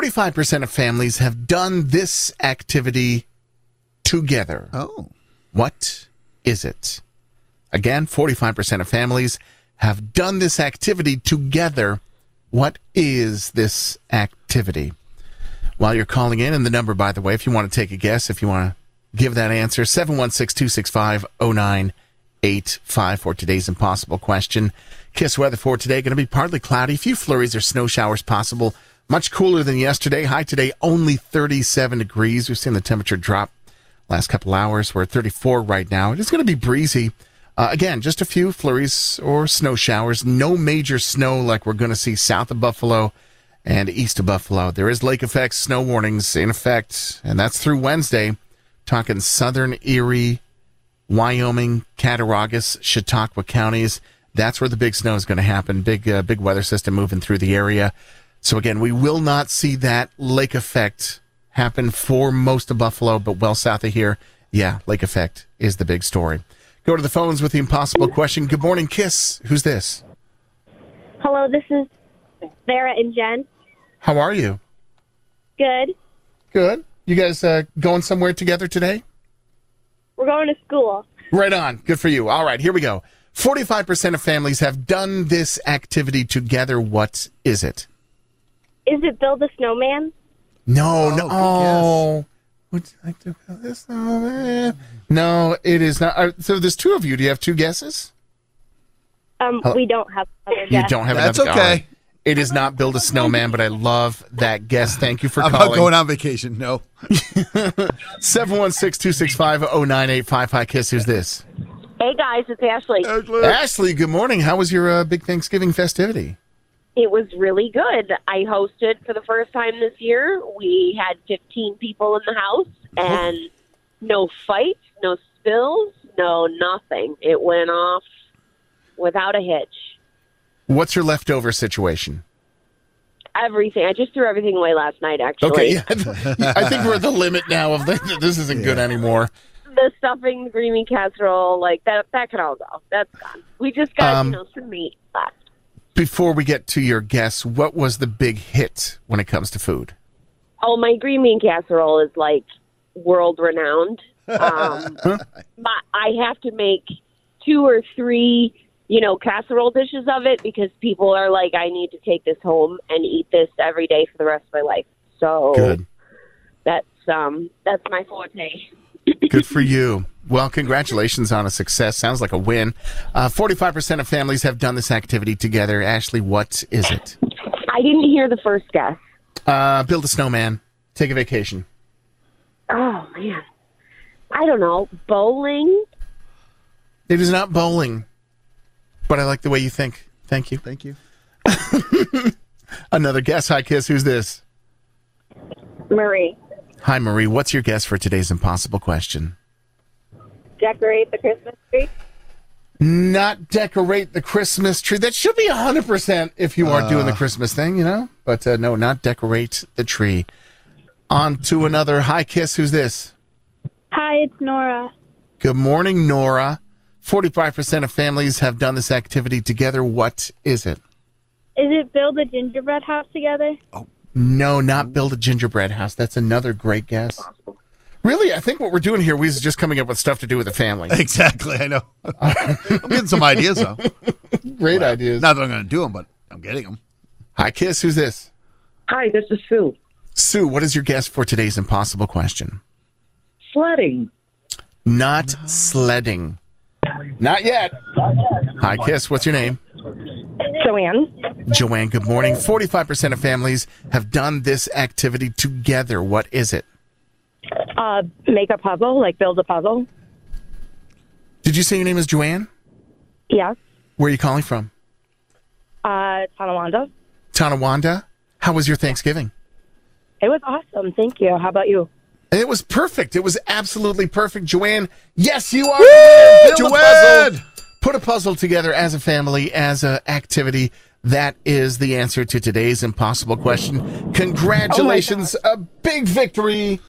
45% of families have done this activity together. Oh. What is it? Again, 45% of families have done this activity together. What is this activity? While you're calling in, and the number, by the way, if you want to take a guess, if you want to give that answer, 716 265 0985 for today's impossible question. Kiss weather for today going to be partly cloudy, few flurries or snow showers possible. Much cooler than yesterday. High today, only 37 degrees. We've seen the temperature drop last couple hours. We're at 34 right now. It is going to be breezy. Uh, again, just a few flurries or snow showers. No major snow like we're going to see south of Buffalo and east of Buffalo. There is lake effects, snow warnings in effect, and that's through Wednesday. Talking southern Erie, Wyoming, Cattaraugus, Chautauqua counties. That's where the big snow is going to happen. Big, uh, big weather system moving through the area. So again, we will not see that lake effect happen for most of Buffalo, but well south of here, yeah, lake effect is the big story. Go to the phones with the impossible question. Good morning, Kiss. Who's this? Hello, this is Vera and Jen. How are you? Good. Good. You guys uh, going somewhere together today? We're going to school. Right on. Good for you. All right, here we go. 45% of families have done this activity together. What is it? Is it build a snowman? No, no. good Oh. Would you like to build this snowman? No, it is not. Are- So there's two of you. Do you have two guesses? Um, we don't have another You guess. don't have That's another. all okay. right. It is not build a snowman, but I love that guess. Thank you for How calling. about going on vacation? No. 716-265-0985. Hi, Kiss. Who's this? Hey guys, it's Ashley. Uh, Eh? Ashley, good morning. How was your uh, big Thanksgiving festivity? It was really good. I hosted for the first time this year. We had 15 people in the house Oh. and no fights, no spills, no nothing. It went off without a hitch. What's your leftover situation? Everything. I just threw everything away last night, actually. Okay, yeah. I think we're at the limit now of the, this isn't good anymore. The stuffing, the green bean casserole, like that, that can all go. That's gone. We just got, Um, you know, some meat left. Before we get to your guess, what was the big hit when it comes to food? Oh, my green bean casserole is like world renowned. Um, my, I have to make two or three, you know, casserole dishes of it because people are like, I need to take this home and eat this every day for the rest of my life. So Good. that's um, that's my forte. Good for you. Well, congratulations on a success. Sounds like a win. Uh, 45% of families have done this activity together. Ashley, what is it? I didn't hear the first guess. Uh, build a snowman. Take a vacation. Oh man, I don't know. Bowling. It is not bowling, but I like the way you think. Thank you. Thank you. Another guess. Hi, Kiss. Who's this? Marie, Hi, Marie. What's your guess for today's impossible question? decorate the Christmas tree. Not decorate the Christmas tree. That should be 100% if you are doing the Christmas thing, you know? But uh, no, not decorate the tree. On to another. Hi, Kiss. Who's this? Hi, it's Nora. Good morning, Nora. 45% of families have done this activity together. What is it? Is it build a gingerbread house together? No, not build a gingerbread house. That's another great guess. Really, I think what we're doing here we is just coming up with stuff to do with the family. Exactly. I know. I'm getting some ideas though. Great ideas. Not that I'm going to do them, but I'm getting them. Hi, Kiss. Who's this? Hi, this is Sue. Sue, what is your guess for today's impossible question? Sledding. Not sledding. Not yet. Hi, Kiss. What's your name? Joanne. Joanne, good morning. 45% of families have done this activity together. What is it? Uh, make a puzzle, like build a puzzle. Did you say your name is Joanne? Yes. Where are you calling from? Uh, Tonawanda. Tonawanda? How was your Thanksgiving? It was awesome. Thank you. How about you? It was perfect. It was absolutely perfect. Joanne, yes, you are. Woo! Build a Joanne! puzzle. Put a puzzle together as a family, as a activity. That is Oh the answer to today's impossible question. Congratulations. a big victory.